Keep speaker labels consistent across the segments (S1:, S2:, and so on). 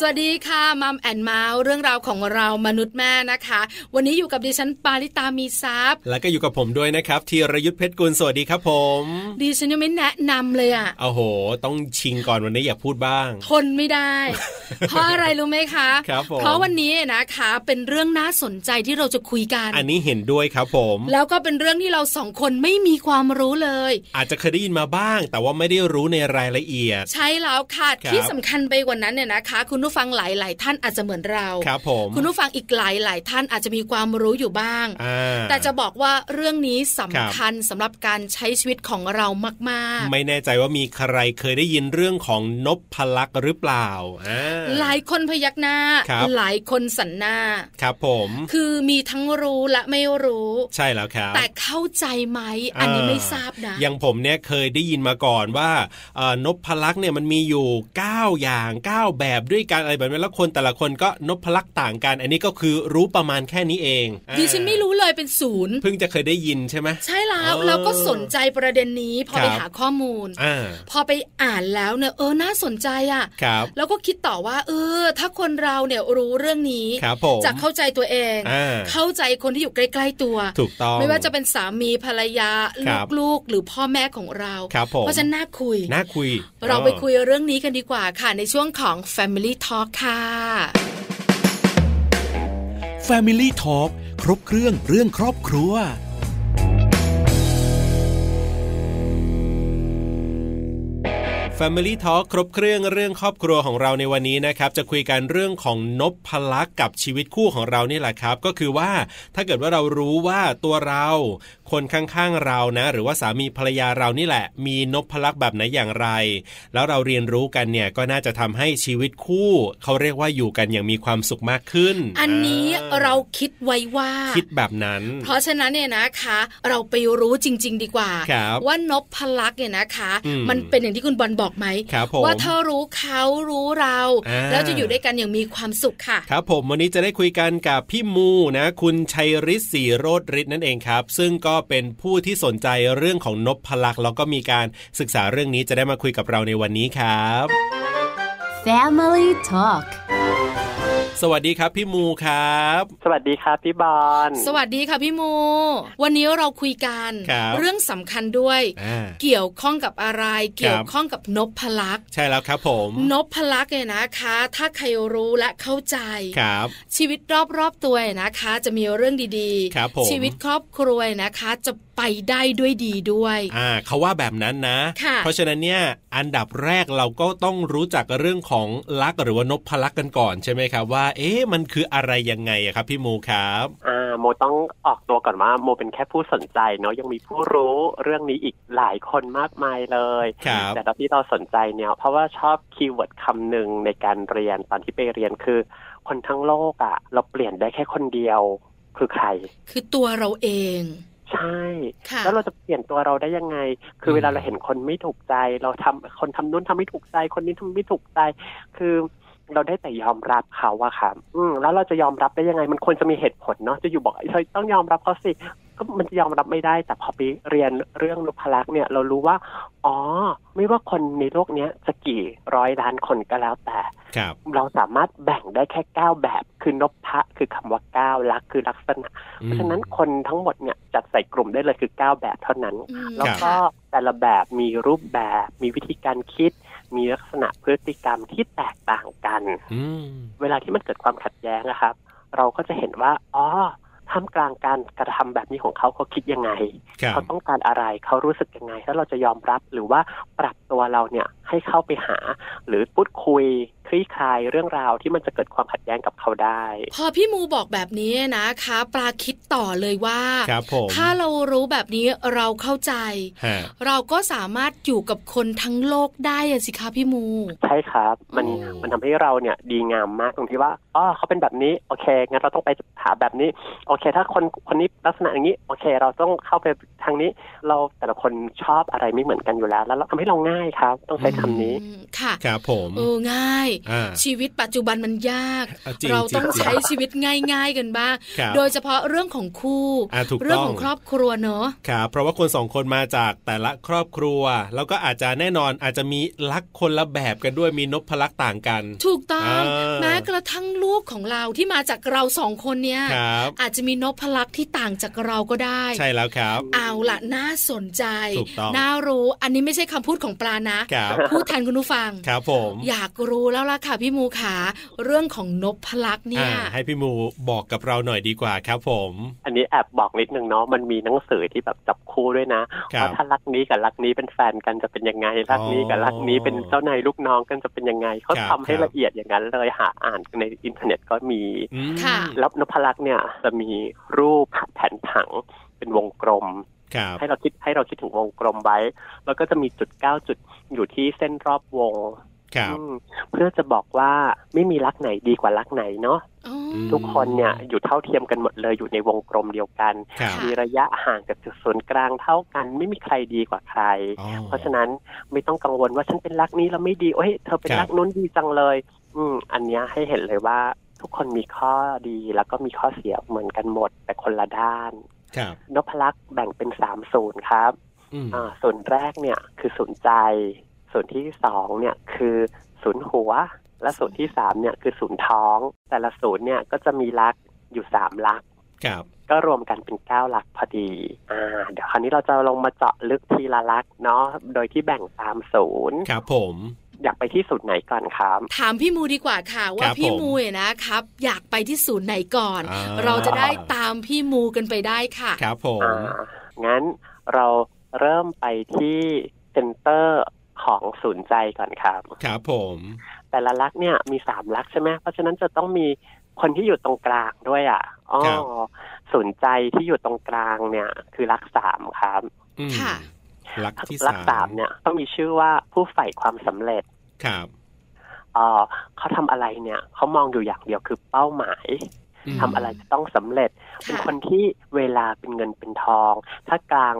S1: สวัสดีค่ะมัมแอนเมาส์เรื่องราวของเรามนุษย์แม่นะคะ วันนี้อยู่กับดิฉันปาริตามีซัพย์
S2: แล้วก็อยู่กับผมด้วยนะครับธีรยุทธเพชรกุลสวัสดีครับผม
S1: ดิฉันยังไม่แนะนำเลยอะ
S2: โอ้โห ต้องชิงก่อนวันนี้อยากพูดบ้าง
S1: ทนไม่ได้ เพราะอะไรรู้ไหมคะ
S2: ครับผม
S1: เพราะวันนี้นะคะเป็นเรื่องน่าสนใจที่เราจะคุยกัน
S2: อันนี้เห็นด้วยครับผม
S1: แล้วก็เป็นเรื่องที่เราสองคนไม่มีความรู้เลย
S2: อาจจะเคยได้ยินมาบ้าง แต่ว่าไม่ได้รู้ในรายละเอียด
S1: ใช่แล้วค่ะ
S2: ครับ
S1: ที่สำคัญไปกว่านั้นเนี่ยนะคะ คุณผู้ฟังหลาย ๆ ท่านอาจจะเหมือนเรา
S2: ครับผม
S1: คุณผู้ฟังอีกหลาย ๆ ท่านอาจจะมีความรู้อยู่บ้าง
S2: อ่า
S1: แต่จะบอกว่าเรื่องนี้สำ
S2: ครับ
S1: คัญสำหรับการใช้ชีวิตของเรามาก
S2: ไม่แน่ใจว่ามีใครเคยได้ยินเรื่องของนบพลักษ์หรือเปล่าอ่า
S1: ๆ หลายคนพยักหน้า
S2: ครับ
S1: หลายคนสันหน้า
S2: ครับผม
S1: คือมีทั้งรู้และไม่รู้
S2: ใช่แล้วครับ
S1: แต่เข้าใจไหม อันนี้ไม่ทราบนะ
S2: อย่างผมเนี่ยเคยได้ยินมาก่อนว่าเอ่อนพพลักษ์เนี่ยมันมีอยู่ 9 อย่าง 9 แบบด้วยกันอะไรแบบนี้แล้วคนแต่ละคนก็นพพลักษ์ต่างกัน อันนี้ก็คือรู้ประมาณแค่นี้เองอ่า
S1: ดิฉันไม่รู้เลยเป็นศูนย์
S2: เพิ่งจะเคยได้ยินใช่ไหม
S1: ใช่แล้ว
S2: เออ
S1: เราก็สนใจประเด็นนี้พอ
S2: ครับ
S1: ไปหาข้อมูล
S2: อ่า
S1: พอไปอ่านแล้วเนี่ยเออน่าสนใจอ่ะ
S2: ครับ
S1: แล้วก็คิดต่อว่า เออ ถ้าคนเราเนี่ยรู้เรื่องนี้
S2: ครับผม
S1: จะเข้าใจตัวเอง
S2: อ่า
S1: เข้าใจคนที่อยู่ใกล้ ๆ ตัว
S2: ถูกต้อง
S1: ไม่ว่าจะเป็นสามีภรรยา
S2: ครับ
S1: ลูกๆ หรือพ่อแม่ของเรา
S2: ครับผม
S1: เพราะฉะนั้นน่าคุย
S2: น่าคุย
S1: เราไปคุย
S2: อ
S1: เรื่องนี้กันดีกว่าค่ะ ในช่วงของ Family Talk ค่ะ
S2: อ Family Talk ครบเครื่องเรื่องครอบครัว Family Talk ครบเครื่องเรื่องครอบครัวของเราในวันนี้นะครับจะคุยกันเรื่องของนบพลักษ์กับชีวิตคู่ของเรานี่แหละครับ ก็คือว่าถ้าเกิดว่าเรารู้ว่าตัวเรา คนข้างๆเรานะ หรือว่าสามีภรรยาเรานี่แหละ มีนบพลักษ์แบบไหนอย่างไร แล้วเราเรียนรู้กันเนี่ยก็น่าจะทำให้ชีวิตคู่ เขาเรียกว่าอยู่กันอย่างมีความสุขมากขึ้น
S1: อันนี้
S2: อ่
S1: เราคิดไว้ว่า
S2: คิดแบบนั้น
S1: เพราะฉะนั้นเนี่ยนะคะ เราไปรู้จริง ๆ ดีกว่า
S2: ครับ
S1: ว่านบพลักษ์เนี่ยนะคะ
S2: อืม
S1: มันเป็นอย่างที่คุณบอลบอกไหม
S2: ครับผม
S1: ว่าถ้ารู้เขารู้เรา
S2: อ่า
S1: แล้วจะอยู่ด้วยกันอย่างมีความสุขค่ะ
S2: ครับผมวันนี้จะได้คุยกันกับพี่มูนะ คุณชัยฤทธิ์ศรีโรธฤทธิ์นั่นเองครับ ซึ่งก็เป็นผู้ที่สนใจเรื่องของนบพลักษ์แล้วก็มีการศึกษาเรื่องนี้จะได้มาคุยกับเราในวันนี้ครับ
S3: Family Talk
S2: สวัสดีครับพี่มูครับ
S4: สวัสดีครับพี่บอล
S1: สวัสดีค่ะพี่โมวันนี้เราคุยกัน
S2: ครับ
S1: เรื่องสำคัญด้วย
S2: อ่า
S1: เกี่ยวข้องกับอะไร เกี่ยวข้องกับนพพลักษ์
S2: ใช่แล้วครับผม
S1: นพพลักษ์เนี่ยนะคะ ถ้าใครรู้และเข้าใจ
S2: ครับ
S1: ชีวิตรอบๆตัวเนี่ยนะคะ จะมีเรื่องดี
S2: ครับผม
S1: ชีวิตครอบครัวเนี่ยนะคะ จะไปได้ด้วยดีด้วย
S2: อ่าเขาว่าแบบนั้นนะ
S1: ค่ะ
S2: เพราะฉะนั้นเนี่ยอันดับแรกเราก็ต้องรู้จักเรื่องของลักษ์หรือว่านบพลักษ์กันก่อนใช่ไหมครับว่า เอ๊ะมันคืออะไรยังไงอะครับ พี่มูครับ
S4: อ่าโมต้องออกตัวก่อนว่าโมเป็นแค่ผู้สนใจเนาะยังมีผู้รู้เรื่องนี้อีกหลายคนมากมายเลย
S2: ครับ
S4: แต่ตอนที่เราสนใจเนี่ยเพราะว่าชอบคีย์เวิร์ดคำหนึ่งในการเรียนตอนที่ไปเรียนคือ คนทั้งโลกอะ่ะ เราเปลี่ยนได้แค่คนเดียว คือใคร
S1: คือตัวเราเอง
S4: ใช่
S1: ค่ะ
S4: แล้วเราจะเปลี่ยนตัวเราได้ยังไง คือ
S2: ม
S4: เวลาเราเห็นคนไม่ถูกใจ เราทำคนทำนู้นทำไม่ถูกใจ คนนี้ทำไม่ถูกใจ คือเราได้แต่ยอมรับเขาอะค่ะอืมแล้วเราจะยอมรับได้ยังไง มันควรจะมีเหตุผลเนาะ จะอยู่บอกเฮ้ยต้องยอมรับเขาสิ ก็มันจะยอมรับไม่ได้ แต่พอไปเรียนเรื่องนุพลักษ์เนี่ย เรารู้ว่า อ๋อ ไม่ว่าคนในโลกเนี้ยจะกี่ร้อยล้านคนก็แล้วแต่
S2: ครับ
S4: เราสามารถแบ่งได้แค่เก้าแบบ คือนพะคือคำว่าเก้าลักษณ์คือลักษณะ เพราะฉะนั้นคนทั้งหมดเนี่ยจัดใส่กลุ่มได้เลยคือเก้าแบบเท่านั้น
S1: อืม
S4: แล้วก็
S1: ค่ะ
S4: แต่ละแบบมีรูปแบบ มีวิธีการคิด มีลักษณะพฤติกรรมที่แตกต่างกัน
S2: อืม
S4: เวลาที่มันเกิดความขัดแย้งนะครับ เราก็จะเห็นว่าอ๋อท่ามกลางการกระทำแบบนี้ของเขาเขาคิดยังไง
S2: ครับ
S4: เขาต้องการอะไร เขารู้สึกยังไง แล้วเราจะยอมรับหรือว่าปรับตัวเราเนี่ยให้เข้าไปหา หรือพูดคุยคลี่คลายเรื่องราวที่มันจะเกิดความขัดแย้งกับเขาได้
S1: พอพี่มูบอกแบบนี้นะคะ ปลาคิดต่อเลยว่า
S2: ครับผม
S1: ถ้าเรารู้แบบนี้เราเข้าใจ
S2: ฮะ
S1: เราก็สามารถอยู่กับคนทั้งโลกได้อะสิคะพี่มู
S4: ใช่ครับ มัน
S2: อืม
S4: มันทำให้เราเนี่ยดีงามมากตรงที่ว่าอ๋อเขาเป็นแบบนี้ โอเค งั้นเราต้องไปหาแบบนี้ โอเค ถ้าคนคนนี้ลักษณะอย่างนี้ โอเค เราต้องเข้าไปทางนี้ เราแต่ละคนชอบอะไรไม่เหมือนกันอยู่แล้ว แล้วเราทำให้เราง่ายครับ ต้องใช้คำนี้
S1: อืมค่ะ
S2: ครับผม
S1: เออง่าย
S2: อ่า
S1: ชีวิตปัจจุบันมันยาก
S2: อ่ะจริง
S1: เราต้อง
S2: จริง
S1: ใช้ชีวิตง่าย ๆ กันบ้าง
S2: ครับ
S1: โดยเฉพาะเรื่องของคู่
S2: อ่ะถูกต้อง
S1: เรื่องของครอบครัวเนอะ
S2: ครับเพราะว่าคนสองคนมาจากแต่ละครอบครัว แล้วก็อาจจะแน่นอนอาจจะมีลักคนละแบบกันด้วยมีนพลักษ์ต่างกัน
S1: ถูกต้อง
S2: อ่า
S1: แม้กระทั่งลูกของเราที่มาจากเราสองคนเนี่ย
S2: ครับ
S1: อาจจะมีนพลักษ์ที่ต่างจากเราก็ได้
S2: ใช่แล้วครับ
S1: เอาละน่าสนใจ
S2: ถูกต้อง
S1: น่ารู้ อันนี้ไม่ใช่คำพูดของปลานะ
S2: ครับ
S1: พูดแทนคุณผู้ฟัง
S2: ครับผม
S1: อยากรู้แล้วล่ะค่ะพี่มูขา เรื่องของนพพลักษ์เนี่
S2: อ่าย ให้พี่หมูบอกกับเราหน่อยดีกว่าครับผม
S4: อันนี้แอบบอกนิดนึงเนาะมันมีหนังสือที่แบบจับคู่ด้วยนะครับว่าถ้ารักนี้กับรักนี้เป็นแฟนกันจะเป็นยังไงรักนี้กับรักนี้เป็นเจ้านายลูกน้องกันจะเป็นยังไงเขา
S2: ครับ
S4: ทำ
S2: ค
S4: ให้
S2: รับ
S4: ละเอียดอย่างนั้นเลยหาอ่านในอินเทอร์เน็ตก็มี
S2: อืม
S1: ค่ะ
S4: แล้วนพลักษ์เนี่ยจะมีรูปแผนผังเป็นวงกลม
S2: ครับ
S4: ให้เราคิดให้เราคิดถึงวงกลมไว้ แล้วก็จะมีจุดเก้าจุดอยู่ที่เส้นรอบวง
S2: ครับ
S4: อืมเพื่อจะบอกว่าไม่มีรักไหนดีกว่ารักไหนเนาะ
S1: อ๋อ
S4: ทุกคนเนี่ยอยู่เท่าเทียมกันหมดเลยอยู่ในวงกลมเดียวกัน
S2: ครับ
S4: มีระยะห่างจากจุดศูนย์กลางเท่ากัน ไม่มีใครดีกว่าใคร
S2: อ๋อ
S4: เพราะฉะนั้นไม่ต้องกังวลว่าฉันเป็นรักนี้แล้วไม่ดีโอ้ยเธอเป็น
S2: ครับ
S4: รักนู้นดีจังเลย อืมอันเนี้ยให้เห็นเลยว่าทุกคนมีข้อดีแล้วก็มีข้อเสียเหมือนกันหมด แต่คนละด้าน
S2: ครับ
S4: นพลักษ์แบ่งเป็นสามศูนย์ครับ
S2: อืม
S4: อ่าส่วนแรกเนี่ยคือศูนย์ใจ ส่วนที่สองเนี่ยคือศูนย์หัว และส่วนที่สามเนี่ยคือศูนย์ท้อง แต่ละศูนย์เนี่ยก็จะมีลักอยู่สามลัก
S2: ครับ
S4: ก็รวมกันเป็นเก้าลักพอดีอ่าเดี๋ยวคราวนี้เราจะลงมาเจาะลึกทีละลักเนาะโดยที่แบ่งตามศูนย์
S2: ครับผม
S4: อยากไปที่ศูนย์ไหนก่อนครับ
S1: ถามพี่มูดีกว่าค่ะ ว่า
S2: ครับ
S1: พี่
S2: ผม
S1: มูเนี่ยนะครับ อยากไปที่ศูนย์ไหนก่อน
S2: อ่า
S1: เราจะได้ตามพี่มูกันไปได้ค่ะ
S2: ครับผม
S4: อ่างั้นเราเริ่มไปที่เซ็นเตอร์ของศูนย์ใจก่อนครับ
S2: ครับผม
S4: แต่ละลักษณ์เนี่ยมีสามลักษณ์ใช่ไหมเพราะฉะนั้นจะต้องมีคนที่อยู่ตรงกลางด้วยอ่ะอ๋อ
S2: ครับ
S4: ศูนย์ใจที่อยู่ตรงกลางเนี่ยคือลักษณ์สามครับ
S2: อืม
S1: ค่ะ
S2: ลักที่
S4: ลัษณ์สามเนี่ยต้องมีชื่อว่าผู้ใฝ่ความสำเร็จ
S2: ครับ
S4: เออเขาทำอะไรเนี่ยเขามองอยู่อย่างเดียวคือเป้าหมาย
S2: ม
S4: ทำอะไรจะต้องสำเร็จ เป็น
S1: ค่ะ
S4: คนที่เวลาเป็นเงินเป็นทอง ถ้ากลาง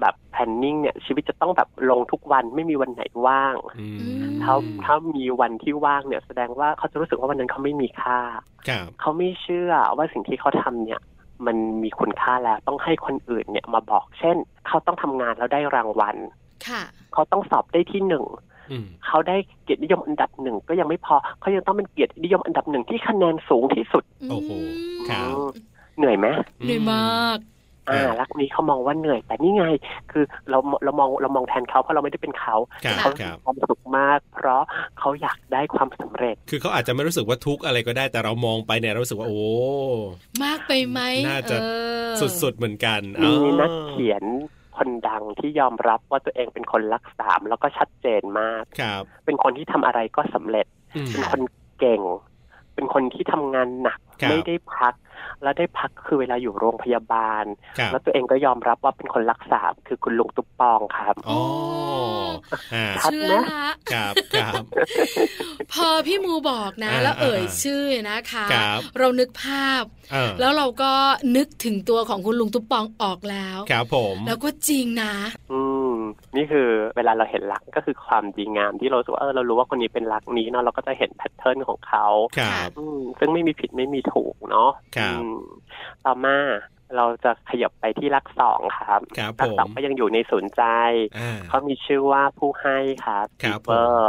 S4: แบบแพนนิ่งเนี่ยชีวิตจะต้องแบบลงทุกวันไม่มีวันไหนว่าง
S2: อืม
S4: ถ้าถ้ามีวันที่ว่างเนี่ยแสดงว่าเขาจะรู้สึกว่าวันนั้นเขาไม่มีค่า
S2: ครับ
S4: เขาไม่เชื่อว่าสิ่งที่เขาทำเนี่ย มันมีคุณค่าแล้วต้องให้คนอื่นเนี่ยมาบอก เช่น เขาต้องทำงานแล้วได้รางวัล
S1: ค่ะ
S4: เขาต้องสอบได้ที่หนึ่ง
S2: อืม
S4: เขาได้เกียรตินิยมอันดับหนึ่งก็ยังไม่พอเขายังต้องเป็นเกียรตินิยมอันดับหนึ่งที่คะแนนสูงที่สุด
S2: โอ้โหครั
S4: อื
S2: บ
S4: มเหนื่อยไหม
S1: เหนื่อยมาก
S2: ค
S4: อ่า
S2: รับ
S4: รักนี้เขามองว่าเหนื่อย แต่นี่ไง คือเราเรามองเรามองแทนเขาเพราะเราไม่ได้เป็นเขา
S2: ครับ
S4: เขา
S2: ค
S4: มี
S2: รับ
S4: ความสุขมาก เพราะเขาอยากได้ความสำเร็จ
S2: คือเขาอาจจะไม่รู้สึกว่าทุกข์อะไรก็ได้แต่เรามองไปเนี่ยเรารู้สึกว่าโอ้
S1: มากไปไหม
S2: น่าจะ
S1: เออ
S2: สุดๆเหมือนกัน
S4: มี
S2: อ๋อ
S4: นักเขียนคนดังที่ยอมรับว่าตัวเองเป็นคนรักสามแล้วก็ชัดเจนมาก
S2: ครับ
S4: เป็นคนที่ทำอะไรก็สำเร็จ
S2: อืม
S4: เป็นคนเก่ง เป็นคนที่ทำงานหนัก
S2: ครับ
S4: ไม่ได้พัก แล้วได้พักคือเวลาอยู่โรงพยาบาล
S2: ครับ
S4: แล้วตัวเองก็ยอมรับว่าเป็นคนรักสามคือคุณลุงตุ๊บปองครับ
S2: อ๋ออ่า
S4: ชัด
S1: เชื่อ
S4: นะ
S1: ละ
S2: ครับครับ
S1: พอพี่มูบอกนะ
S2: อ่า
S1: แล้วเอ่ย
S2: อ่า
S1: ชื่อนะคะ
S2: ครับ
S1: เรานึกภาพ
S2: เออ
S1: แล้วเราก็นึกถึงตัวของคุณลุงตุ๊ปปองออกแล้ว
S2: ครับผม
S1: แล้วก็จริงนะ
S4: อืม นี่คือเวลาเราเห็นรักก็คือความดีงามที่เรารู้สึกว่าเออเรารู้ว่าคนนี้เป็นรักนี้เนาะเราก็จะเห็นแพทเทิร์นของเขา
S2: ครับ
S4: อืมซึ่งไม่มีผิดไม่มีถูกเนาะ
S2: ครับ
S4: อืมต่อมาเราจะขยับไปที่ลักสองครับ
S2: ครับ
S4: ลั
S2: ผ
S4: สอง
S2: ม
S4: ก็ยังอยู่ในศูนย์ใจ
S2: อ่า
S4: เขามีชื่อว่าผู้ให้ครับ
S2: ครับ
S4: เออ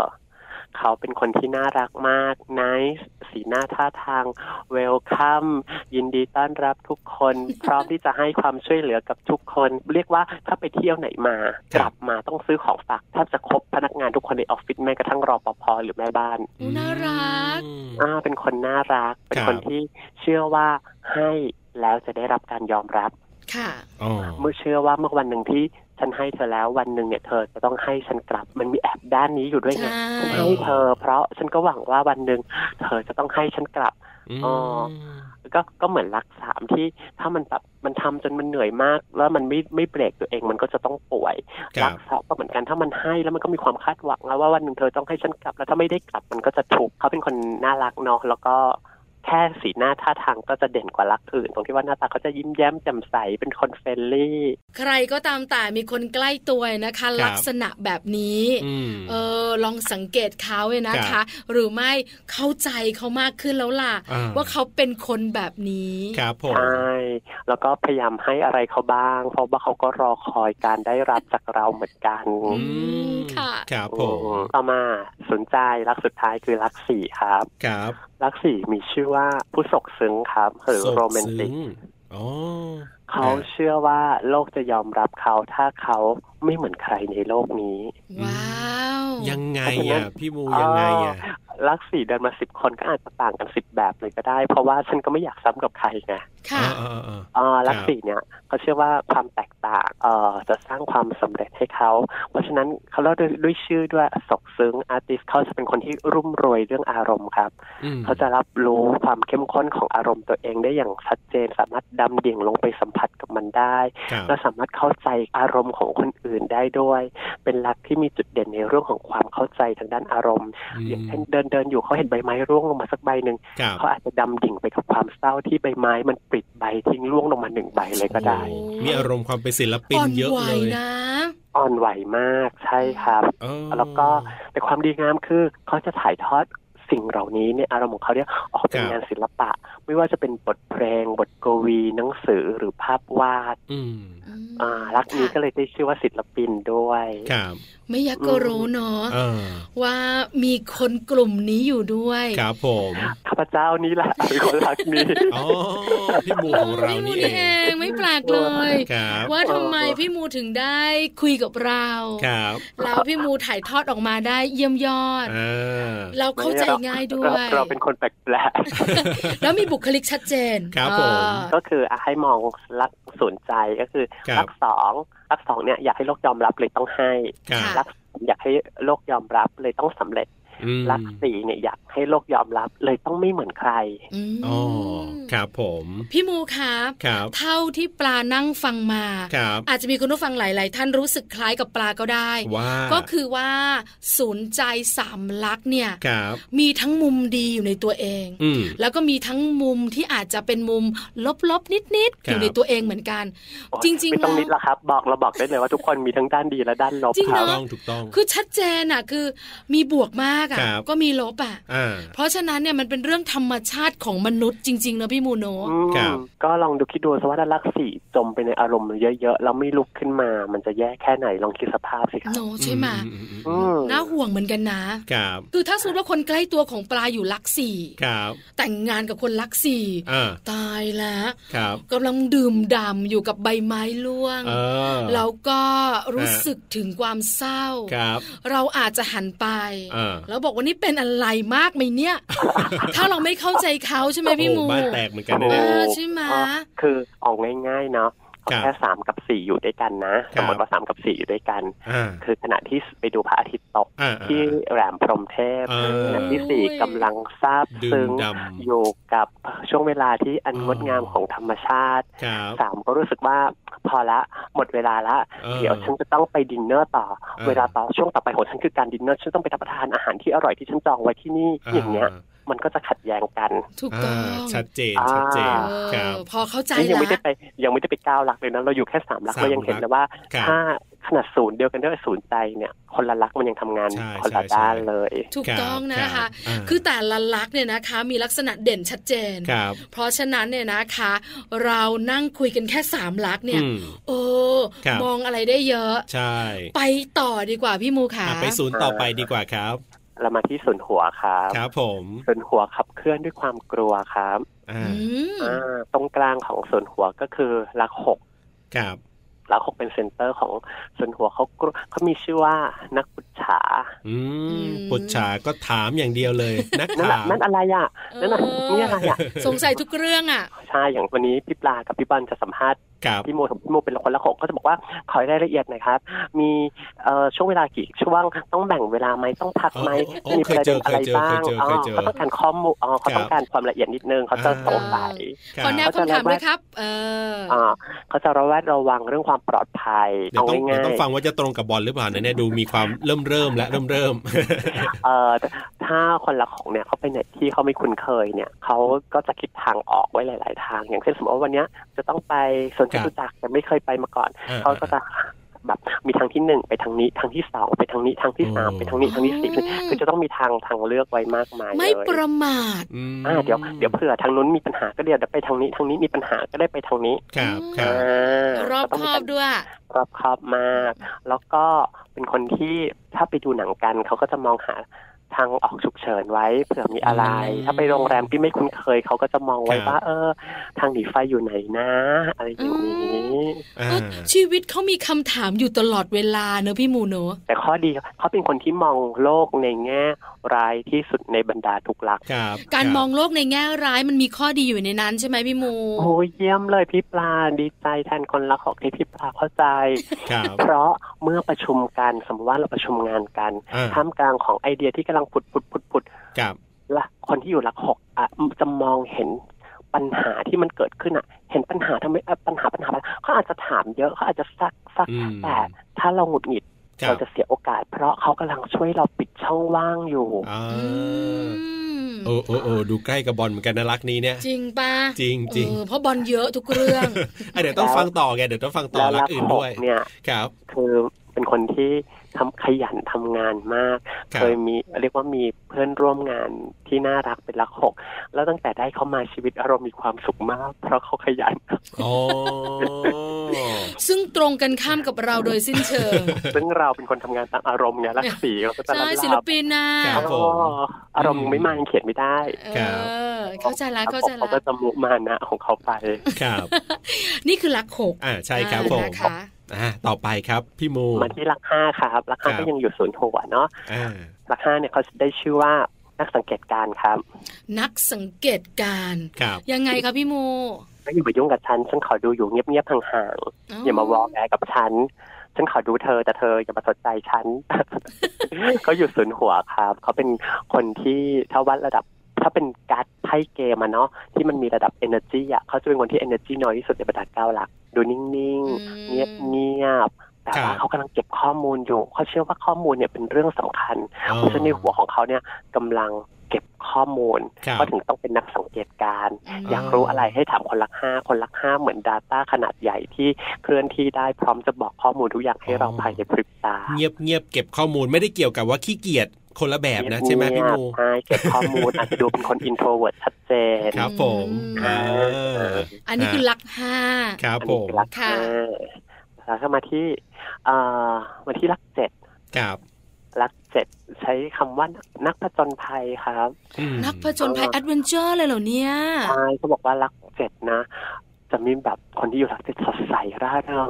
S4: เขาเป็นคนที่น่ารักมาก nice สีหน้าท่าทาง welcome ยินดีต้อนรับทุกคน พร้อมที่จะให้ความช่วยเหลือกับทุกคน เรียกว่าถ้าไปเที่ยวไหนมา
S2: ค
S4: ก
S2: รับ
S4: ลับมาต้องซื้อของฝากแทบจะครบพนักงานทุกคนในออฟฟิศแม้กระทั่งรอปภหรือแม่บ้าน
S1: อู้น่ารัก
S2: อืม
S4: อ่าเป็นคนน่ารัก เป็น
S2: ครับ
S4: คนที่เชื่อว่าให้แล้วจะได้รับการยอมรับ
S1: ค่ะ
S2: อ๋อ
S4: เมื่อเชื่อว่าเมื่อวันหนึ่งที่ฉันให้เธอแล้ววันหนึ่งเนี่ยเธอจะต้องให้ฉันกลับ มันมีแอบด้านนี้อยู่ด้วยไง
S1: ใช่
S4: ฉันให้เธอ เพราะฉันก็หวังว่าวันหนึ่งเธอจะต้องให้ฉันกลับ
S2: ม
S4: อ๋อ ก็ก็เหมือนรักสามที่ถ้ามันแบบมันทำจนมันเหนื่อยมาก แล้วมันไม่ไม่เบรกตัวเองมันก็จะต้องป่วย
S2: ครับ
S4: รัสามก็เหมือนกันถ้ามันให้แล้วมันก็มีความคาดหวังแล้วว่าวันหนึ่งเธอต้องให้ฉันกลับ แล้วถ้าไม่ได้กลับมันก็จะทุกข์เขาเป็นคนน่ารักเนาะแล้วก็แพ แค่สีหน้าท่าทางก็จะเด่นกว่ารักอื่น ตรงที่ว่าหน้าตาเขาจะยิ้มแย้มแจ่มใสเป็นคนเฟรนลี่
S1: ใครก็ตามแต่มีคนใกล้ตัวนะคะ
S2: ครับ
S1: ลักษณะแบบนี้
S2: อืม
S1: เออลองสังเกตเขาเลยนะ
S2: ครั
S1: คะ
S2: บ
S1: หรือไม่เข้าใจเขามากขึ้นแล้วล่ะ
S2: อ่า
S1: ว่าเขาเป็นคนแบบนี้
S2: ครับผม
S4: ใช่ แล้วก็พยายามให้อะไรเขาบ้าง เพราะว่าเขาก็รอคอยการได้รับจากเราเหมือนกัน
S1: อืมค่ะ
S2: ครับผ
S4: อื
S2: ม
S4: มต่อมาสนใจรักสุดท้ายคือรักสี่ครับ
S2: ครับ
S4: รักสี่มีชื่อว่าผู้สกซึ้งครับหรือ
S2: โศก
S4: โรแมนติ
S2: ซึ้
S4: ก
S2: งอ๋อ
S4: เขาเชื่อว่าโลกจะยอมรับเขาถ้าเขาไม่เหมือนใครในโลกนี้
S1: ว้าว
S2: ยังไง
S4: เพราะฉะนั้
S2: อ่ะ
S4: น
S2: พี่มูยังไงอ่ะ
S4: รักสี่เดินมาสิบคนก็อาจจะต่างกันสิบแบบเลยก็ได้ เพราะว่าฉันก็ไม่อยากซ้ำกับใครไง
S1: ค่ะ
S2: อ่าอ่าอ่า
S4: อ่าลัก
S2: ครับ
S4: ษีเนี่ยเขาเชื่อว่าความแตกต่างเอ่อจะสร้างความสำเร็จให้เขา เพราะฉะนั้นเขาเล่าด้วยด้วยชื่อด้วยสกซึ้งอาร์ติสเขาจะเป็นคนที่รุ่มรวยเรื่องอารมณ์ครับ
S2: อืม
S4: เขาจะรับรู้ความเข้มข้นของอารมณ์ตัวเองได้อย่างชัดเจน สามารถดำดิ่งลงไปสัมผัสกับมันได้
S2: ครับ
S4: และสามารถเข้าใจอารมณ์ของคนอื่นได้ด้วย เป็นลักษณ์ที่มีจุดเด่นในเรื่องของความเข้าใจทางด้านอารมณ์ อย่างเช่นเดินเดินๆอยู่เขาเห็นใบไม้ร่วงลงมาสักใบหนึ่ง
S2: ครับ
S4: เขาอาจจะดำดิ่งไปกับความเศร้าที่ใบไม้มันปลิดใบทิ้งร่วงลงมาหนึ่งใบเลยก็ได้
S1: โอ้
S2: มีอารมณ์ความเป็นศิลปิน
S1: อ่อน
S2: เยอะ
S1: ไหว
S2: เลย
S1: นะ
S4: อ่อนไหวมากใช่ครับ
S2: เออ
S4: แล้วก็แต่ความดีงามคือเขาจะถ่ายทอดสิ่งเหล่านี้เนี่ยอารมณ์ของเขาเนี่ยออกเป็นงานศิลปะ ไม่ว่าจะเป็นบทเพลง บทกวีหนังสือหรือภาพวาด
S2: อืม
S1: อืม
S4: อ่ารักนี้ก็
S1: ค่ะ
S4: เลยได้ชื่อว่าศิลปินด้วย
S2: ครับ
S1: ไม่อยากก็รู้เนาะ
S2: เออ
S1: ว่ามีคนกลุ่มนี้อยู่ด้วย
S2: ครับผม
S4: ข้าพเจ้านี่แหละเป็นคนรักนี้
S2: อ๋อพี่มูของเรา
S1: พี่มู
S2: นี่
S1: นี่เองไม่แปลกเลย
S2: ครับ
S1: ว่าทำไมพี่มูถึงได้คุยกับเรา
S2: ครับ
S1: แล้วพี่มูถ่ายทอดออกมาได้เยี่ยมยอด
S2: อ่า
S1: เราเข้าใจง่ายด้วย
S4: เรเราเป็นคนแปลกๆ
S1: แล้วมีบุคลิกชัดเจน
S2: ครับ
S1: เออ
S2: ผม
S4: ก็คืออ่ะให้มองรักสนใจก็คือ
S2: ครับ
S4: รักสองรักสองเนี่ยอยากให้โลกยอมรับเลยต้องให้
S2: ครับ
S1: ะ
S4: รักสามอยากให้โลกยอมรับเลยต้องสำเร็จ
S2: อืม
S4: รักสี่เนี่ยอยากให้โลกยอมรับเลยต้องไม่เหมือนใคร
S1: อืม
S2: อ๋อครับผม
S1: พี่มูครับ
S2: ครับ
S1: เท่าที่ปลานั่งฟังมา
S2: ครับ
S1: อาจจะมีคุณผู้ฟังหลาย ๆ ท่านรู้สึกคล้ายกับปลาก็ได้
S2: ว่า
S1: ก็คือว่าศูนย์ใจสามลักษณ์เนี่ย
S2: ครับ
S1: มีทั้งมุมดีอยู่ในตัวเอง
S2: อืม
S1: แล้วก็มีทั้งมุมที่อาจจะเป็นมุมลบ ๆ นิด ๆ
S2: ค
S1: อ
S2: รับ
S1: ยู่ในตัวเองเหมือนกัน
S4: โอ๊ย
S1: จริง
S4: ไม่
S1: ๆ
S4: ต้อง
S1: แล้ว
S4: นิดละครับ บอกเราบอกได้เลยว่าทุกคนมีทั้งด้านดีและด้านลบ
S1: จริง
S4: ครั
S1: เน
S4: บ
S1: อะ
S2: ต้องถูกต้อง
S1: คือชัดเจนอ่ะคือมีบวกมากอ่ะ
S2: ครับ
S1: ก็มีลบอ่ะ
S2: อ่า
S1: เพราะฉะนั้นเนี่ยมันเป็นเรื่องธรรมชาติของมนุษย์จริง ๆ นะพี่มูโนะ
S4: อืม
S2: ครับ
S4: ก็ลองดูคิดดูสว่าถ้ารักสี่จมไปในอารมณ์เยอะๆแล้วไม่ลุกขึ้นมา มันจะแย่แค่ไหนลองคิดสภาพสิครับ
S1: โนใช่ไหม
S2: อือืมอื
S4: อื
S2: ม
S4: ม
S1: น่าห่วงเหมือนกันนะ
S2: ครับ
S1: คือถ้าสมมติว่าคนใกล้ตัวของปลาอยู่ลักสี่
S2: ครับ
S1: แต่งงานกับคนลักสี่
S2: อ่า
S1: ตายแล้ว
S2: ครับ
S1: กำลังดื่มด่ำอยู่กับใบไม้ร่วง
S2: เออ
S1: เราก็รู้
S2: อ่า
S1: สึกถึงความเศร้า
S2: ครับ
S1: เราอาจจะหันไป
S2: เออ
S1: แล้วบอกว่านี่เป็นอะไรมากไหมเนี่ย ถ้าเราไม่เข้าใจเขาใช่ไหมพี่
S2: โอ้
S1: มู
S2: บ้านแตกเหมือนกันนะ
S1: เอ
S2: เนี่ย
S1: อใช่ไหม
S4: อ่ะคือออกง่ายๆเนาะเอา
S2: ครับ
S4: แค่สามกับสี่อยู่ด้วยกันนะ
S2: ค
S4: ส
S2: รับ
S4: มมติว่าสามกับสี่อยู่ด้วยกัน
S2: อ่า
S4: คือขณะที่ไปดูพระอาทิตย์ตก
S2: อ่า
S4: ที่แหลมพรหมเทพ
S2: เออ
S4: ขณะที่สี่
S1: โอ้ย
S4: กำลังซาบ
S2: ดื่
S4: ซึ้
S2: ม
S4: ง
S2: ดำ
S4: อยู่กับช่วงเวลาที่อัน
S2: อ๋อ
S4: งดงามของธรรมชาติ
S2: ครับ
S4: สามก็รู้สึกว่าพอละหมดเวลาละ
S2: เออ
S4: เดี๋ยวฉันจะต้องไปดินเนอร์ต่อ
S2: ออ
S4: เวลาต่อช่วงต่อไปของฉันคือการดินเนอร์ฉันต้องไปรับประทานอาหารที่อร่อยที่ฉันจองไว้ที่นี่อย่างเงี้ย มันก็จะขัดแย้งกัน
S1: ถูก
S2: อ่า
S1: ต้อง
S2: ชัดเจน
S4: อ่า
S2: ชัดเจน
S1: เออ
S2: ครับ
S1: พอเข้าใจแล้
S4: นี่ยั
S1: ว
S4: ไม่ได้ไปยังไม่ได้ไปก้าวหลักเลยนะเราอยู่แค่สามหลัก
S2: สาม
S4: เรายังเห็น
S2: หลัก
S4: เลยว่า
S2: ครับ
S4: ถ้าขนาดศูนย์เดียวกันด้วยศูนย์ใจเนี่ย คนละหลักมันยังทำงาน
S2: ใช่
S4: คน
S2: ใช่
S4: ละด้าน
S2: ใช่
S4: เลย
S1: ถูกต้อง
S2: รับ
S1: นะคะ
S2: รับา
S1: คือแต่ละลักษณ์เนี่ยนะคะ มีลักษณะเด่นชัดเจน
S2: ครับ
S1: เพราะฉะนั้นเนี่ยนะคะ เรานั่งคุยกันแค่สามลักษณ์เนี่ย
S2: อืม
S1: โอ้
S2: ครับ
S1: มองอะไรได้เยอะ
S2: ใช่
S1: ไปต่อดีกว่าพี่มูขา
S2: อ่ะไปศูนย์ต่อไปดีกว่าครับ
S4: เรามาที่ส่วนหัวครับ
S2: ครับผม
S4: ส่วนหัวขับเคลื่อนด้วยความกลัวครับ
S2: อ่า
S1: อืม
S4: อ่าตรงกลางของส่วนหัวก็คือหลักหก
S2: ครับ
S4: หลักหกเป็นเซนเตอร์ของส่วนหัวเขากลัวเขามีชื่อว่านักปุจฉา
S2: อืมปุจฉาก็ถามอย่างเดียวเลยนัก
S4: นั่นแหละ
S2: ถาม
S4: นั่นอะไรอ่ะนั่นน่ะนี่อะไรอ่ะ
S1: สงสัยทุกเรื่องอ่ะ
S4: ใช่อย่างวันนี้พี่ปลากับพี่บอลจะสัมภาษณ์
S2: ครับ
S4: พี่โมพี่โมเป็นคนละหกก็จะบอกว่าขอรายละเอียดหน่อยครับ มีเอ่อช่วงเวลากี่ช่วงต้องแบ่งเวลาไหมต้องพักไหม
S2: เออเออ
S4: มีประเด็นอะไรบ้าง
S2: เคยเจอ
S4: อ๋อ
S2: เคยเจอเคยเจอ
S4: เขาต้องการข้อมูลอ๋อเขา
S2: ครับ
S4: ต้องการความละเอียดนิดนึงเขาจะ
S2: อ่า
S4: สงสัย
S2: ครับ
S1: ขอแนวคำถามด้วยครับ เอออ
S4: อ่าเขาจะระแวดระวังเรื่องความปลอดภัย
S2: เดี๋ย
S4: เอา
S2: วต้องเดี๋ยว
S4: ง่า
S2: ต้อย งฟังว่าจะตรงกับบอลหรือเปล่านะเนี่ยดูมีความเริ่มเริ่มและเริ่มเริ่ม
S4: ๆเอ่อถ ถ้าคนรักของเนี่ยเขาไปไหนที่เขาไม่คุ้นเคยเนี่ยเขาก็จะคิดทางออกไว้หลาย ๆ ทาง อย่างเช่นสมมติว่าวันเนี้ยจะต้องไปสวนจตุจักรแต่ไม่เคยไปมาก่อน
S2: อ่
S4: เขาก็จะแบบมีทางที่หนึ่งไปทางนี้ทางที่สองไปทางนี้ทางที่สาม
S2: โอ้
S4: ไปทางนี้ทางที่สี่
S1: อ๋อ
S4: คือจะต้องมีทางทางเลือกไว้มากมาย
S1: ไม่
S4: เลย
S1: ประมาท
S2: อืม
S4: อ่าเดี๋ยวเดี๋ยวเผื่อทางนู้นมีปัญหาก็เดี๋ยวเดี๋ยวไปทางนี้ทางนี้มีปัญหาก็ได้ไปทางนี้
S2: ครับค
S1: อ่าร
S2: รับ
S1: อบ
S4: ก็ต้ง
S1: คอก
S4: มีา
S1: บด้วย
S4: รอบครอบมาก แล้วก็เป็นคนที่ถ้าไปดูหนังกันเขาก็จะมองหาทางออกฉุกเฉินไว้ เผื่อมีอะไร
S2: อืม
S4: ถ้าไปโรงแรมที่ไม่คุ้นเคยเขาก็จะมองไว้
S2: ครับ
S4: ว่า เออ ทางหนีไฟอยู่ไหนนะ อะไรอย่างนี้
S2: อ่า
S1: เอ้ยชีวิตเขามีคำถามอยู่ตลอดเวลาเนอะพี่หมูเนอะ
S4: แต่ข้อดีเขาเป็นคนที่มองโลกในแง่ร้ายที่สุดในบรรดาทุกหลัก
S2: ครับ
S1: การ
S2: คบ
S1: มองโลกในแง่ร้ายมันมีข้อดีอยู่ในนั้นใช่ไหมพี่หมู
S4: โอ้ยเยี่ยมเลยพี่ปลาดีใจแทนคนรักของที่พี่ปลาเข้า ใจ
S2: ครับ
S4: เพราะเมื่อประชุมกันสมมติว่าเราประชุมงานกัน
S2: อ่า
S4: ท่ามกลางของไอเดียที่กำลังผุดผุดผุดผุด
S2: ครับ
S4: ละคนที่อยู่หลักหกอ่ะจะมองเห็นปัญหาที่มันเกิดขึ้นอ่ะ เห็นปัญหาทำไมเอ่อปัญหาปัญหาปัญหาเขาอาจจะถามเยอะเขาอาจจะซักซัก
S2: อืม
S4: แต่ถ้าเราหงุดหงิด
S2: ครั
S4: เรา
S2: บ
S4: จะเสียโอกาส เพราะเขากำลังช่วยเราปิดช่องว่างอยู่
S2: อ่า
S1: อืม
S2: โอ้โอ้โอ้ดูใกล้กับบอลเหมือนกันนะรักนี้เนี่ย
S1: จริงปะ
S2: จริงจริง
S1: เออเพราะบอลเยอะทุกเรื่อง
S2: อ่ะเดี๋ยวต้องฟังต่อไงเดี๋ยวต้องฟังต่อ
S4: แล้ว
S2: รัก
S4: รัก
S2: อื่น
S4: ห
S2: ด้
S4: ก
S2: วย
S4: เนี่ย
S2: ครับ
S4: คือเป็นคนที่ทำขยันทำงานมาก
S2: ครับ
S4: เคยมีเรียกว่ามีเพื่อนร่วมงานที่น่ารักเป็นรักหก แล้วตั้งแต่ได้เขามาชีวิตเรามีความสุขมาก เพราะเขาข ยัน
S2: อ๋อ
S1: ซึ่งตรงกันข้ามกับเราโดยสิ้นเชิง
S4: ซึ่งเราเป็นคนทำงานตามอารมณ์ไงรักสีเราก็จะ
S1: ใช่
S4: รับ
S1: ศิลปินนะ
S2: ค รั บ ผม
S4: อ๋ออารมณ์ยังไม่มายังเขียนไม่ได้
S1: เอ
S2: ครับ
S1: อ เข้าใจละเข้าใจ
S4: เขา
S1: ละ
S4: ก็จะมุมานะของเขาไป
S2: ครับ
S1: นี่คือรักหก
S2: อ่าใช่ครับ
S1: อ่า
S2: ผม
S1: นะคะ
S2: อ่าต่อไปครับพี่มู
S4: มาที่รักห้าครับรัก
S2: ค
S4: ห้า
S2: รับ
S4: ก็ยังอยู่ศูนย์หัวเนาะ
S2: อ่า
S4: รักห้าเนี่ยเขาได้ชื่อว่านักสังเกตการณ์ครับ
S1: นักสังเกตการณ์
S2: ครับ
S1: ยังไงคะพี่โม
S4: ไม่อยู่ามายุ่งกับฉัน ฉันขอดูอยู่เงียบๆห่างๆ อย่ามาวอลแวร์กับฉัน ฉันขอดูเธอแต่เธออย่ามาสนใจฉัน เขาอยู่ศูนย์หัวครับ เขาเป็นคนที่ถ้าวัดระดับ ถ้าเป็นการ์ดไพ่เกมอะเนาะที่มันมีระดับ energy อะเขาจะเป็นคนที่ energy น้อยที่สุดในบรรดาเก้าหลัก ดูนิ่ง
S1: อืม
S4: ๆ เงียบๆแต่
S2: ครั
S4: ว่า
S2: บ
S4: เขากำลังเก็บข้อมูลอยู่เขาเชื่อว่าข้อมูลเนี่ยเป็นเรื่องสำคัญ
S2: อ๋อ
S4: เพราะฉะนั้นในหัวของเขาเนี่ยกำลังเก็บข้อมูล
S2: ครับ
S4: เขาถึงต้องเป็นนักสังเกตการณ์
S2: ม
S4: อยากรู้อะไรให้ถามคนรักห้าคนรักห้าเหมือน Data ขนาดใหญ่ที่เคลื่อนที่ได้พร้อมจะบอกข้อมูลทุกอย่างให้เรา
S2: อ๋อ
S4: ภายในพริบตา
S2: เงียบเงียบเก็บข้อมูลไม่ได้เกี่ยวกับว่าขี้เกียจคนละแบบนะใช่ไหมพี่มู
S4: เงียบๆใช่เก็บข้อมูล อาจจะดูเป็นคน introvert ชัดเจน
S2: ครับผมอ่า
S1: อันนี้คือรักห้า
S2: ครับ
S4: อัน
S2: ผ
S4: นี้
S2: ม
S4: คือรักห้า
S1: ค่ะ
S4: แล้วก็มาที่เอ่อมาที่รักเจ็ด
S2: ครับ
S4: รักเจ็ดใช้คำว่านักผจญภัยครับ
S2: อืม
S1: นักผจญภัยแอดเวนเจอร์เลยเหรอเนี่ย
S4: ใช่เขาบอกว่ารักเจ็ดนะ จะมีแบบคนที่อยู่รักเจ็ดสดใสร่าเริง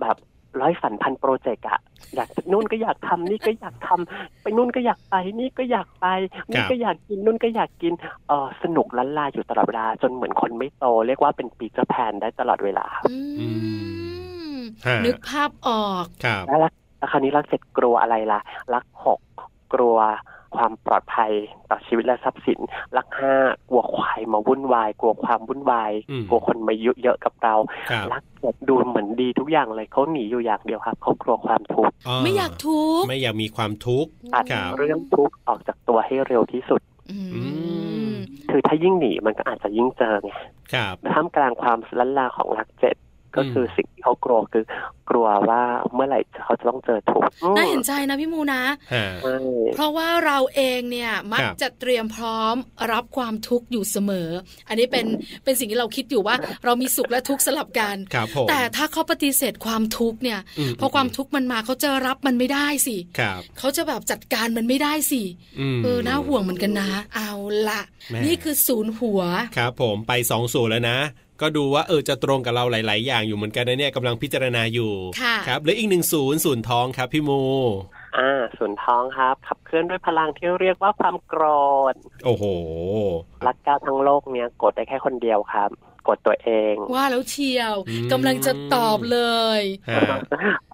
S4: แบบร้อยฝันพันโปรเจกต์อะอยากนู่นก็อยากทำนี่ก็อยากทำไปนู่นก็อยากไป นี่ก็อยากไปนี่ก็อยากกินนู่นก็อยากกินเออสนุกลันลาอยู่ตลอดเวลา จนเหมือนคนไม่โต เรียกว่าเป็นปีเจอร์แพนได้ตลอดเวลา
S1: อืม
S2: ฮะ
S1: นึกภาพออก
S2: ครับ
S4: แล้วรักแล้วคราวนี้รักเจ็ดกลัวอะไรล่ะ รักหกกลัวความปลอดภัยต่อชีวิตและทรัพย์สิน รักห้ากลัวควายมาวุ่นวาย กลัวความวุ่นวาย
S2: อืม
S4: กลัวคนมาเยอะๆกับเรา
S2: ครับ
S4: รักเจ็ดดูเหมือนดีทุกอย่างเลยเขาหนีอยู่อย่างเดียวครับเขากลัวความทุกข์
S1: ไม่อยากทุกข์
S2: ไม่อยากมีความทุกข์
S4: ตัด
S2: ครับ
S4: เรื่องทุกข์ออกจากตัวให้เร็วที่สุด
S1: อืม
S2: อืม
S4: คือถ้ายิ่งหนีมันก็อาจจะยิ่งเจอไง
S2: ครับ
S4: ท่ามกลางความลันลาของรักเจ็ดก็คือสิ่งที่เขากลัวคือกลัวว่าเมื่อไหร่เขาจะต้องเจอทุกข์
S1: น่าเห็นใจนะพี่มูนะ
S2: ฮะ
S4: ใช่
S1: เพราะว่าเราเองเนี่ยมัก
S2: ครับ
S1: จะเตรียมพร้อมรับความทุกข์อยู่เสมอ อันนี้เป็นเป็นสิ่งที่เราคิดอยู่ว่า เรามีสุขและทุกข์สลับกัน
S2: ครับผม
S1: แต่ถ้าเขาปฏิเสธความทุกข์เนี่ย
S2: ม
S1: พอความทุกข์มันมาเขาจะรับมันไม่ได้สิ
S2: ครับ
S1: เขาจะแบบจัดการมันไม่ได้สิ
S2: ม
S1: เออน่าห่วงเหมือนกันนะ เอาละ
S2: แม่
S1: นี่คือศูนย์หัว
S2: ครับผมไปสองสูตรแล้วนะ ก็ดูว่าเออจะตรงกับเราหลาย ๆ อย่างอยู่เหมือนกันนะเนี่ยกำลังพิจารณาอยู่
S1: ค่ะ
S2: ครับเหลืออีกหนึ่งศูนย์ศูนย์ทองครับพี่มู
S4: อ่าส่วนท้องครับขับเคลื่อนด้วยพลังที่เรียกว่าความโกรธ
S2: โอ้โห
S4: รักเก้าทั้งโลกเนี้ยโกรธได้แค่คนเดียวครับโกรธตัวเอง
S1: ว่าแล้วเชียว
S2: อืม
S1: กำลังจะตอบเลย
S2: ฮะ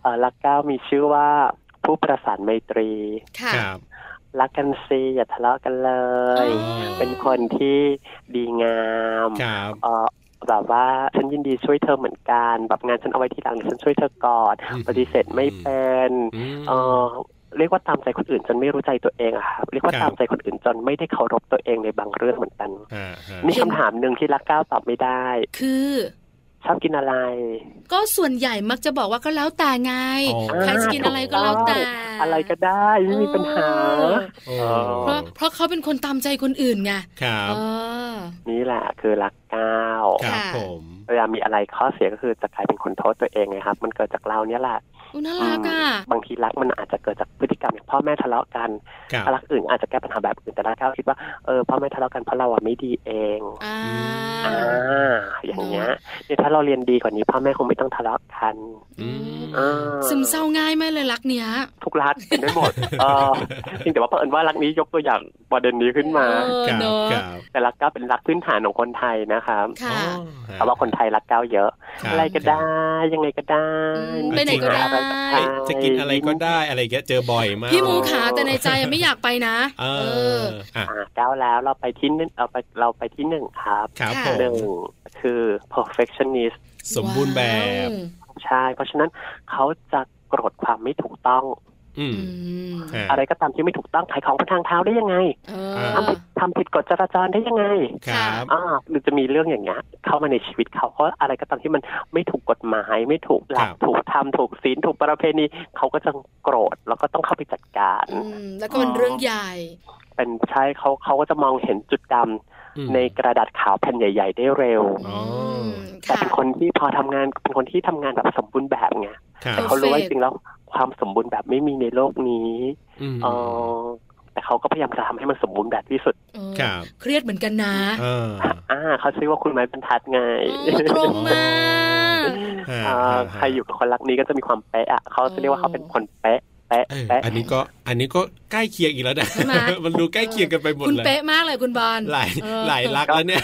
S4: เอ่อรักเก้ามีชื่อว่าผู้ประสานไมตรี
S1: ค่ะ
S2: ครับ
S4: รักกันซีอย่าทะเลาะกันเลย
S1: อ๋อ
S4: เป็นคนที่ดีงาม
S2: ครับ
S4: เอ่อแบบว่าฉันยินดีช่วยเธอเหมือนกัน แบบงานฉันเอาไว้ที่หลังเดี๋ยวฉันช่วยเธอก่อน
S2: อืม
S4: ปฏิเสธไม่เป็น
S2: อืม
S4: เอ่อ เรียกว่าตามใจคนอื่นจนไม่รู้ใจตัวเองอะครับเรียกว่า
S2: ครับ
S4: ตามใจคนอื่นจนไม่ได้เคารพตัวเองในบางเรื่องเหมือนกัน
S2: อ่าฮะ
S4: มีคำถามหนึ่งที่รักก้าวตอบไม่ได้
S1: คือ
S4: ชอบกินอะไร
S1: ก็ส่วนใหญ่มักจะบอกว่าก็แล้วแต่ไง
S2: อ๋อ
S1: ใครจะกินอะไรก็แล้วแต่
S4: อะไรก็ได้ไม่มีปัญหา
S1: เออเพ
S2: โอ้
S1: ราะเพราะเขาเป็นคนตามใจคนอื่นไง
S2: ครับ
S1: เออ
S4: นี่แหละคือหลักเก้า
S2: ครับ
S1: ค่ะ
S2: ผม
S4: เวลามีอะไรข้อเสียก็คือจะกลายเป็นคนโทษตัวเองไงครับ มันเกิดจากเราเนี่ยแหละ
S1: อุยน่ารักอ่ะ
S4: บางทีรักมันอาจจะเกิดจากพฤติกรรมอย่างพ่อแม่ทะเลาะกัน
S2: ครับ
S4: รักอื่นอาจจะแก้ปัญหาแบบอื่นแต่รักเก้าคิดว่าเออพ่อแม่ทะเลาะกันเพราะเราอะไม่ดีเอง
S1: อ่า
S2: อ่
S4: าอย่างเงี้ยเนี่ยถ้าเราเรียนดีกว่านี้ พ่อแม่คงไม่ต้องทะเลาะกัน
S2: อืม
S4: อ่
S1: ซึมเศร้าง่ายไหมเลยรักเนี้ย
S4: ทุกรักเป็นได้หมดเอ อจริงแต่ว่าเผอิญว่ารักนี้ยกตัวอย่างประเด็นนี้ขึ้นมา
S1: เออ
S2: ครับ
S1: เนอะ
S2: ครับ
S4: แต่รักเก้าเป็นรักพื้นฐานของคนไทยนะครับ
S1: ค่ะ
S4: เพราะว่าคนไทยรักเก้าเยอะ
S2: ครับ
S4: อะไรก็ได้
S2: ค
S4: ยังไงก็ได้
S1: อืมไปไหนก็ได้
S4: อะร
S2: รับ
S4: ได้
S2: จะกินอะไรก็ได้อะไรเงี้ยเจอบ่อยมาก
S1: พี่หมูขาแต่ในใจอะไม่อยากไปนะ
S2: เอ
S1: เอ
S2: อ
S1: อ
S2: อ่ะ
S4: อ่ะก้าวแล้วเราไปที่หนึ่งเราไปเราไปที่หนึ่งครับ
S2: ครับ
S1: ค่ะ
S2: ผม
S4: หนึ่งคือ perfectionist
S2: สมบูรณ์แบบ
S1: ว้าว
S4: ใช่เพราะฉะนั้นเขาจะโกรธความไม่ถูกต้อง
S2: อืม
S1: อืม
S2: อ่า
S4: อะไรก็ตามที่ไม่ถูกต้องขายของบนทางเท้าได้ยังไง
S1: เอ
S2: อ่า
S1: อ
S4: ทำผิดทำผิดกฎจราจรได้ยังไง
S2: ครับ
S4: อ่าหรือจะมีเรื่องอย่างเงี้ยเข้ามาในชีวิตเขาเพราะอะไรก็ตามที่มันไม่ถูกกฎหมาย ไม่ถูกหลัก
S2: ครับ
S4: ถูกธรรมถูกศีลถูกประเพณีเขาก็จะโกรธแล้วก็ต้องเข้าไปจัดการ
S1: อืมแล้วก็เป็นเรื่องใหญ่
S4: เป็นใช่เขาเขาก็จะมองเห็นจุดด
S2: อืม
S4: ำในกระดาษขาวแผ่นใหญ่ ๆ ได้เร็ว
S2: อ๋อ
S1: ม
S4: แต่
S1: ค่ะ
S4: เป็นคนที่พอทำงานเป็นคนที่ทำงานแบบสมบูรณ์แบบไง
S2: ครับ
S4: แต่เขารู้ว่าจ
S1: Perfect
S4: ริงๆแล้วความสมบูรณ์แบบไม่มีในโลกนี้
S2: อืม
S4: เออแต่เขาก็พยายามจะทำให้มันสมบูรณ์แบบที่สุด
S1: เออ
S2: ครับ
S1: เครียดเหมือนกันนะ
S2: เออ
S4: อ่าเขาชื่อว่าคุณไม้บรรทัดไง
S1: เออตรงมาก
S2: ฮะ
S4: อ่า
S2: ฮะ
S4: ใครอยู่กับคนรักนี้ก็จะมีความเป๊ะอะเขาจะเรียกว่าเขาเป็นคนเป๊ะเป๊ะ
S2: เออ
S4: เป๊ะ
S2: อันนี้ก็อันนี้ก็ใกล้เคียงอีกแล้วนะ
S1: ใช่ไหม
S2: มันดูใกล้เคียงกันไปหมด
S1: คุณ
S2: เลย
S1: เป๊ะมากเลยคุณบอล
S2: หลาย
S1: เออ
S2: หลายรักแล้วเนี่ย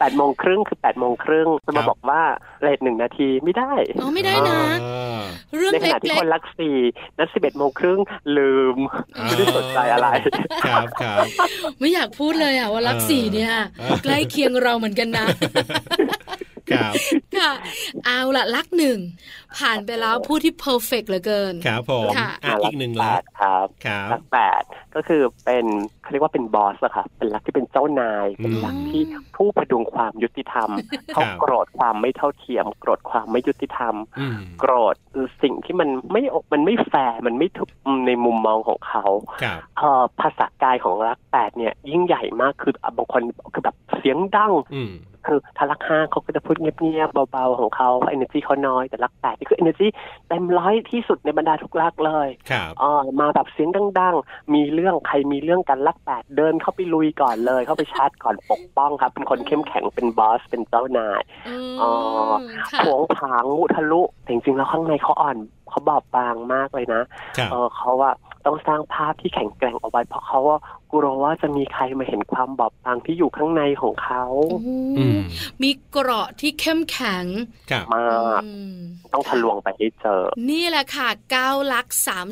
S4: แปดโมงครึ่งคือแปดโมงครึ่งจะ
S2: ค
S4: มา
S2: รับ
S4: บอกว่าเลทหนึ่งนาทีไม่ได้
S1: อ๋อไม่ได้นะ
S2: อ่า
S1: เรื่อง
S4: ในข
S1: เล็
S4: ณะที่
S1: ก
S4: คนรักสี่นัดสิบเอ็ดโมงครึ่งลืม
S2: อ่า
S4: ไม่ได้สนใจอะไร
S2: ครับครับ
S1: ๆไม่อยากพูดเลยอ่ะว่ารัก
S2: เออ
S1: สีเนี่ย
S2: เออ
S1: ใกล้เคียงเราเหมือนกัน นะครับ ค่ะเอาละรักหนึ่งผ่านไปแล้วผู้ที่เพอร์เฟกเหลือเกิน
S2: ครับผม
S1: ค่ะ
S2: อ่ะอีกหนึ่งรั
S4: รั
S2: ก
S4: กแปดครับ
S2: ครับ
S4: รักแปดก็คือเป็นเขาเรียกว่าเป็นบอสอะค่ะเป็นรักที่เป็นเจ้านาย
S2: อืม
S4: เป็นรักที่ผู้ประดุงความยุติธรรม เขา
S2: ครับ
S4: โกรธความไม่เท่าเทียม โกรธความไม่ยุติธรรม
S2: อืม
S4: โกรธสิ่งที่มันไม่มันไม่แฟร์มันไม่ถูกในมุมมองของเขา
S2: ครับ
S4: เอ่อภาษากายของรักแปดเนี่ยยิ่งใหญ่มากคือบางคนคือแบบเสียงดัง
S2: อืม
S4: คือถ้ารักห้าเขาก็จะพูดเงียบๆเบาๆของเขาเอเนจีเขาน้อยแต่รักแปดนี่คือเอเนจีเต็มร้อยที่สุดในบรรดาทุกรักเลย
S2: ครับ
S4: อ๋อมาแบบเสียงดังๆ มีเรื่องใครมีเรื่องกันรักแปดเดินเข้าไปลุยก่อนเลย เข้าไปชาร์จก่อนปกป้องครับ เป็นคนเข้มแข็งเป็นบอส เป็นเจ้านาย
S1: เออ
S4: อ๋อ
S1: ค่ะ
S4: โผงผางมุทะลุแต่จริงๆแล้วข้างในเขาอ่อนเขาบอบบางมากเลยนะ
S2: ครับ
S4: เออเขาว่าต้องสร้างภาพที่แข็งแกร่งเอาไว้เพราะเขาว่ากลัวว่าจะมีใครมาเห็นความบอบบางที่อยู่ข้างในของเขา
S1: โอ้โห
S2: อืม
S1: มีเกราะที่เข้มแข็ง
S2: ครับ
S4: มาก
S1: อืม
S4: ต้องทะลวงไปให้เจอ
S1: นี่แหละค่ะ9ลัก
S2: ครับ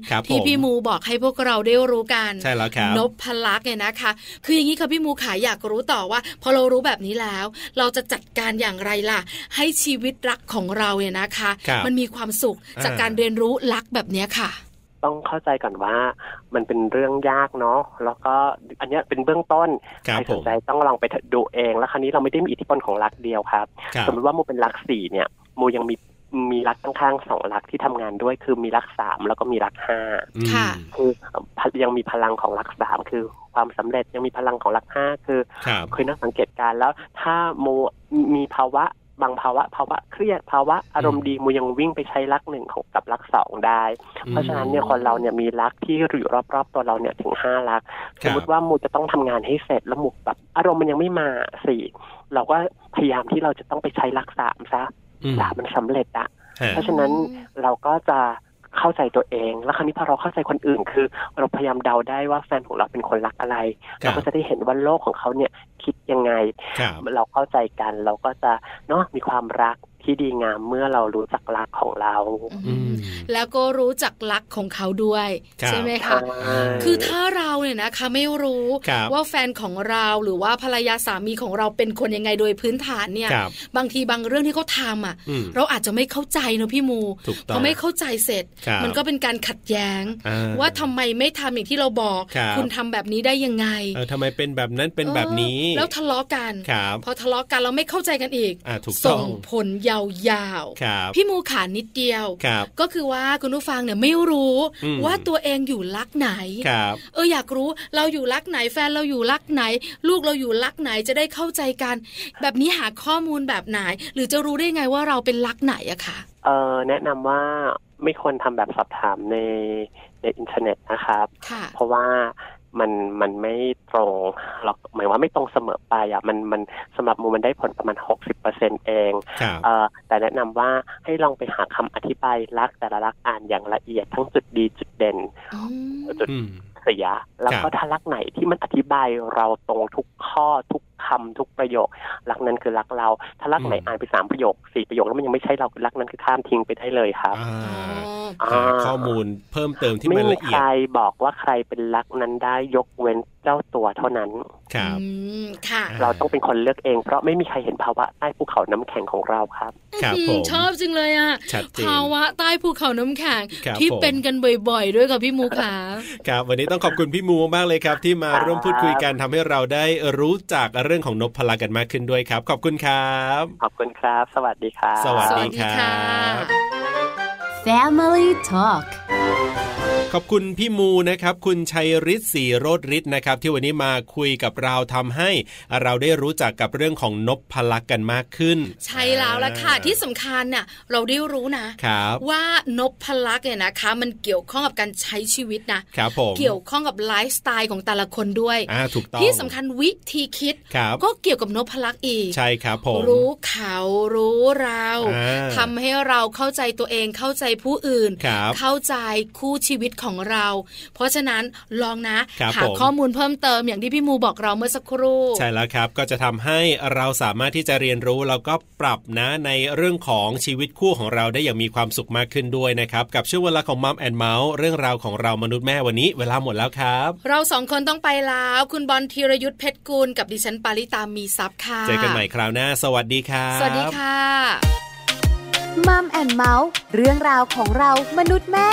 S1: 30
S2: ผ
S1: ที่
S2: ม
S1: พี่มูบอกให้พวกเราได้รู้กัน
S2: ใช่แล้วครับ
S1: นบพลักษ์เนี่ยนะคะ คืออย่างนี้ค่ะพี่มูขาอยากรู้ต่อว่า พอเรารู้แบบนี้แล้ว เราจะจัดการอย่างไรล่ะ ให้ชีวิตรักของเราเนี่ยนะคะ
S2: ครับ
S1: มันมีความสุข
S2: อ่า
S1: จากการเรียนรู้รักแบบเนี้ยค่ะ
S4: ต้องเข้าใจก่อนว่ามันเป็นเรื่องยากเนาะแล้วก็อันเนี้ยเป็นเบื้องต้น
S2: ค
S4: ใค
S2: รั
S4: ร
S2: บผ
S4: ส
S2: ม
S4: นใจต้องลองไปดูเองแล้วคราวนี้เราไม่ได้มีอิทธิพลของรักเดียวครับ
S2: ครั
S4: ส
S2: บ
S4: มมติว่าโมเป็นรักสี่เนี่ยโมยังมีมีรักข้างๆสองรักที่ทำงานด้วย คือมีรักสามแล้วก็มีรักห้า
S2: อืม
S1: ค่ะ
S4: คือยังมีพลังของรักสามคือความสำเร็จยังมีพลังของรักห้าคือ
S2: ครับ
S4: เคยนั่งสังเกตการณ์แล้ว ถ้าโมมีภาวะบางภาวะ ภาวะเครียดภาวะอารมณ์ดีโมยังวิ่งไปใช้รักหนึ่งของกับรักสองได้ เพราะฉะนั้นเนี่ยคนเราเนี่ยมีรักที่อยู่รอบๆตัวเราเนี่ยถึงห้ารัก สมมติว่าโมจะต้องทำงานให้เสร็จแล้วโมแบบอารมณ์มันยังไม่มาสี่เราก็พยายามที่เราจะต้องไปใช้รักสามซะ
S2: อืม
S4: สามมันสำเร็จอะ
S2: ฮะ
S4: เพราะฉะนั้นเราก็จะเข้าใจตัวเอง แล้วคราวนี้พอเราเข้าใจคนอื่น คือเราพยายามเดาได้ว่าแฟนของเราเป็นคนรักอะไร
S2: ครั
S4: เรา
S2: บ
S4: ก็จะได้เห็นว่าโลกของเขาเนี่ยคิดยังไง
S2: ครับ
S4: เราเข้าใจกันเราก็จะเนาะมีความรัก ที่ดีงามเมื่อเรารู้จักรักของเรา
S2: อืม
S1: แล้วก็รู้จักลักของเขาด้วย
S2: ครับ
S1: ใช่ไหมคะ
S4: ใช่
S1: คือถ้าเราเนี่ยนะคะไม่รู้
S2: ครับ
S1: ว่าแฟนของเราหรือว่าภรรยาสามีของเราเป็นคนยังไงโดยพื้นฐานเนี่ย
S2: ครับ
S1: บางทีบางเรื่องที่เขาทำอ่ะ
S2: อืม
S1: เราอาจจะไม่เข้าใจเนอะพี่มู
S2: ถูก
S1: พ
S2: ต้อ
S1: อ
S2: ง
S1: ไม่เข้าใจเสร็จ
S2: ครับ
S1: มันก็เป็นการขัดแย้ง
S2: อ่
S1: ว่าทำไมไม่ทำอย่างที่เราบอก
S2: ครับ
S1: ณทำแบบนี้ได้ยังไง
S2: เออทำไมเป็นแบบนั้นเป็นแบบนี้
S1: เออแล้วทะเลาะกัน
S2: ครับ
S1: พอทะเลาะกันเราไม่เข้าใจกันอีก
S2: อ่าถูกต้
S1: ส่
S2: องง
S1: ผลยาว
S2: ครับ
S1: ๆ พี่มูขานิดเดียว
S2: ครับ
S1: ก็คือว่าคุณผู้ฟังเนี่ยไม่รู้
S2: อืม
S1: ว่าตัวเองอยู่ลักไหน
S2: ครับ
S1: เอออยากรู้เราอยู่รักไหนแฟนเราอยู่รักไหน ลูกเราอยู่รักไหนจะได้เข้าใจกัน แบบนี้หาข้อมูลแบบไหน หรือจะรู้ได้ไงว่าเราเป็นรักไหนอะคะ
S4: เอ่อแนะนำว่าไม่ควรทำแบบสอบถามในในอินเทอร์เน็ตนะครับ
S1: ค่ะ
S4: เพราะว่ามันมันไม่ตรงหรอกหมายว่าไม่ตรงเสมอไปอ่ะมันมันสำหรับมูมันได้ผลประมาณ 60%เเอง
S2: ครับ
S4: เอ่อแต่แนะนำว่าให้ลองไปหาคำอธิบายลักษณ์แต่ละลักษณ์อ่านอย่างละเอียดทั้งจุดดีจุดเด่น
S1: อืม
S4: จุด
S2: อืม
S4: เสีย แล้ว
S2: ครั
S4: ก็
S2: บ
S4: ถ้าลักษณ์ไหนที่มันอธิบายเราตรงทุกข้อทุกคำทุกประโยคลักษณ์นั้นคือลักษณ์เรา ถ้าลักษณ์ไหนอ่านไปสามประโยคสี่ประโยคแล้วมันยังไม่ใช่เราคือลักษณ์นั้นคือข้ามทิ้งไปได้เลยครับ
S2: อ่า
S1: อ๋อ
S2: หาข้อมูลเพิ่มเติมที่
S4: ไม่
S2: มัน
S4: มี
S2: ละเอี
S4: ใค
S2: ยด
S4: รบอกว่าใครเป็นลักษณ์นั้นได้ยกเว้นเจ้าตัวเท่านั้น
S2: ครับ
S1: อืมค่ะ
S2: อ่า
S4: เราต้องเป็นคนเลือกเองเพราะไม่มีใครเห็นภาวะใต้ภูเขาน้ำแข็งของเราครับ
S2: ครับ
S1: อืม
S2: ผม
S1: ชอบจังเลยอ่ะ
S2: ชัดเจน
S1: ภาวะใต้ภูเขาน้ำแข็ง
S2: ครับ
S1: ที่
S2: ผม
S1: เป็นกันบ่อยๆ ด้วยกับพี่มูขา
S2: ครับ วันนี้ต้องขอบคุณพี่มูมากเลยครับ ที่มา
S4: ครับ
S2: ร่วมพูดคุยกันทำให้เราได้รู้จักเรื่องของนพพลากันมากขึ้นด้วยครับ ขอบคุณครับ
S4: ขอบคุณครับ สวัสดีครับ
S2: สวัสดี
S1: ค่ะ
S2: ครับ
S3: Family Talk
S2: ขอบคุณพี่มูนะครับ คุณชัยฤทธิ์ศรีโรดฤทธิ์นะครับ ที่วันนี้มาคุยกับเราทำให้เราได้รู้จักกับเรื่องของนพพลักกันมากขึ้น
S1: ใช่แล้วละค่ะ ที่สำคัญน่ะเราได้รู้นะ
S2: ครับ
S1: ว่านบพลักษ์เนี่ยนะคะ มันเกี่ยวข้องกับการใช้ชีวิตนะ
S2: ครับผม
S1: เกี่ยวข้องกับไลฟ์สไตล์ของแต่ละคนด้วย
S2: อ่าถูกต้อง
S1: ที่สำคัญวิธีคิด
S2: ครับ
S1: ก็เกี่ยวกับนบพลักษ์อีก
S2: ใช่ครับผม
S1: รู้เขารู้เรา
S2: อ่า
S1: ทำให้เราเข้าใจตัวเองเข้าใจผู้อื่น
S2: ครับ
S1: เข้าใจคู่ชีวิตของเรา เพราะฉะนั้นลองนะครับ หา
S2: ผม
S1: ข้อมูลเพิ่มเติมอย่างที่พี่มูบอกเราเมื่อสักครู่
S2: ใช่แล้วครับ ก็จะทำให้เราสามารถที่จะเรียนรู้แล้วก็ปรับนะในเรื่องของชีวิตคู่ของเราได้อย่างมีความสุขมากขึ้นด้วยนะครับ กับช่วงเวลาของมัมแอนเมาส์เรื่องราวของเรามนุษย์แม่วันนี้ เวลาหมดแล้วครับ
S1: เราสองคนต้องไปแล้ว คุณบอลธีรยุทธเพชรกุลกับดิฉันปาริตามีซับค่ะ
S2: เจอกันใหม่คราวหน้า สวัสดีครับ
S1: สวัสดีค่ะ
S3: มัมแอนเมาส์เรื่องราวของเรามนุษย์แม่